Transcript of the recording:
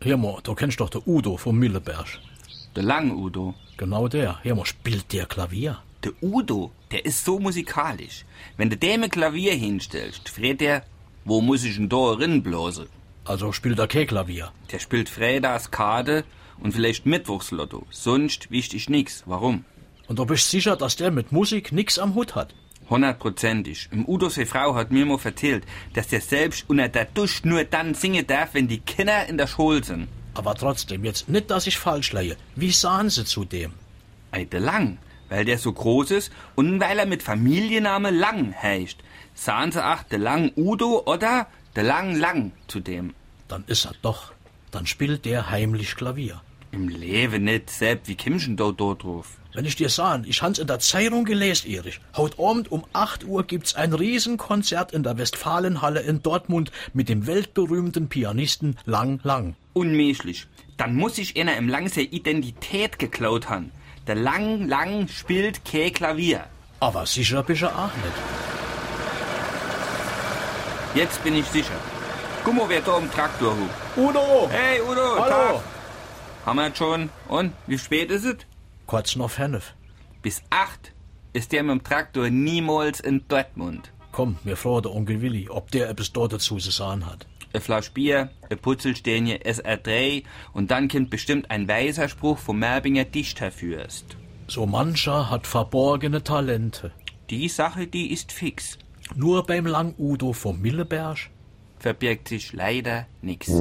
Hör mal, da kennst du doch der Udo vom Milleberg. Der lange Udo. Genau der. Hör mal, spielt der Klavier? Der Udo, der ist so musikalisch. Wenn du dem ein Klavier hinstellst, fragt er, wo muss ich denn da rinblasen? Also spielt er kein Klavier. Der spielt Freitags Karte und vielleicht Mittwochslotto. Sonst wichtig nix. Warum? Und da bist du sicher, dass der mit Musik nix am Hut hat. Hundertprozentig. Im Udo seine Frau hat mir mal vertellt, dass der selbst unter der Dusch nur dann singen darf, wenn die Kinder in der Schule sind. Aber trotzdem, jetzt nicht, dass ich falsch leie. Wie sahen sie zu dem? Ei, der Lang, weil der so groß ist und weil er mit Familienname Lang heißt. Sahen sie ach, der Lang Udo oder der Lang Lang zu dem. Dann ist er doch. Dann spielt der heimlich Klavier. Im Leben nicht, Sepp, wie kommst du denn da, da drauf? Wenn ich dir sagen, ich hans in der Zeitung gelesen, Erich. Heute Abend um 8 Uhr gibt's ein Riesenkonzert in der Westfalenhalle in Dortmund mit dem weltberühmten Pianisten Lang Lang. Unmenschlich. Dann muss sich einer im Lang seine Identität geklaut haben. Der Lang Lang spielt kein Klavier. Aber sicher bist du auch nicht. Jetzt bin ich sicher. Guck mal, wer da im Traktor hupt. Udo! Hey Udo, Hallo! Tag. Haben wir schon. Und, wie spät ist es? Kurz noch Hennef. Bis acht ist der mit dem Traktor niemals in Dortmund. Komm, mir fragt der Onkel Willi, ob der etwas dort dazu zu sagen hat. Ein Flasch Bier, ein Putzelstähnchen, SR3 und dann kommt bestimmt ein weiser Spruch vom Merbinger Dichterfürst. So mancher hat verborgene Talente. Die Sache, die ist fix. Nur beim Lang Udo vom Milleberg Verbirgt sich leider nichts.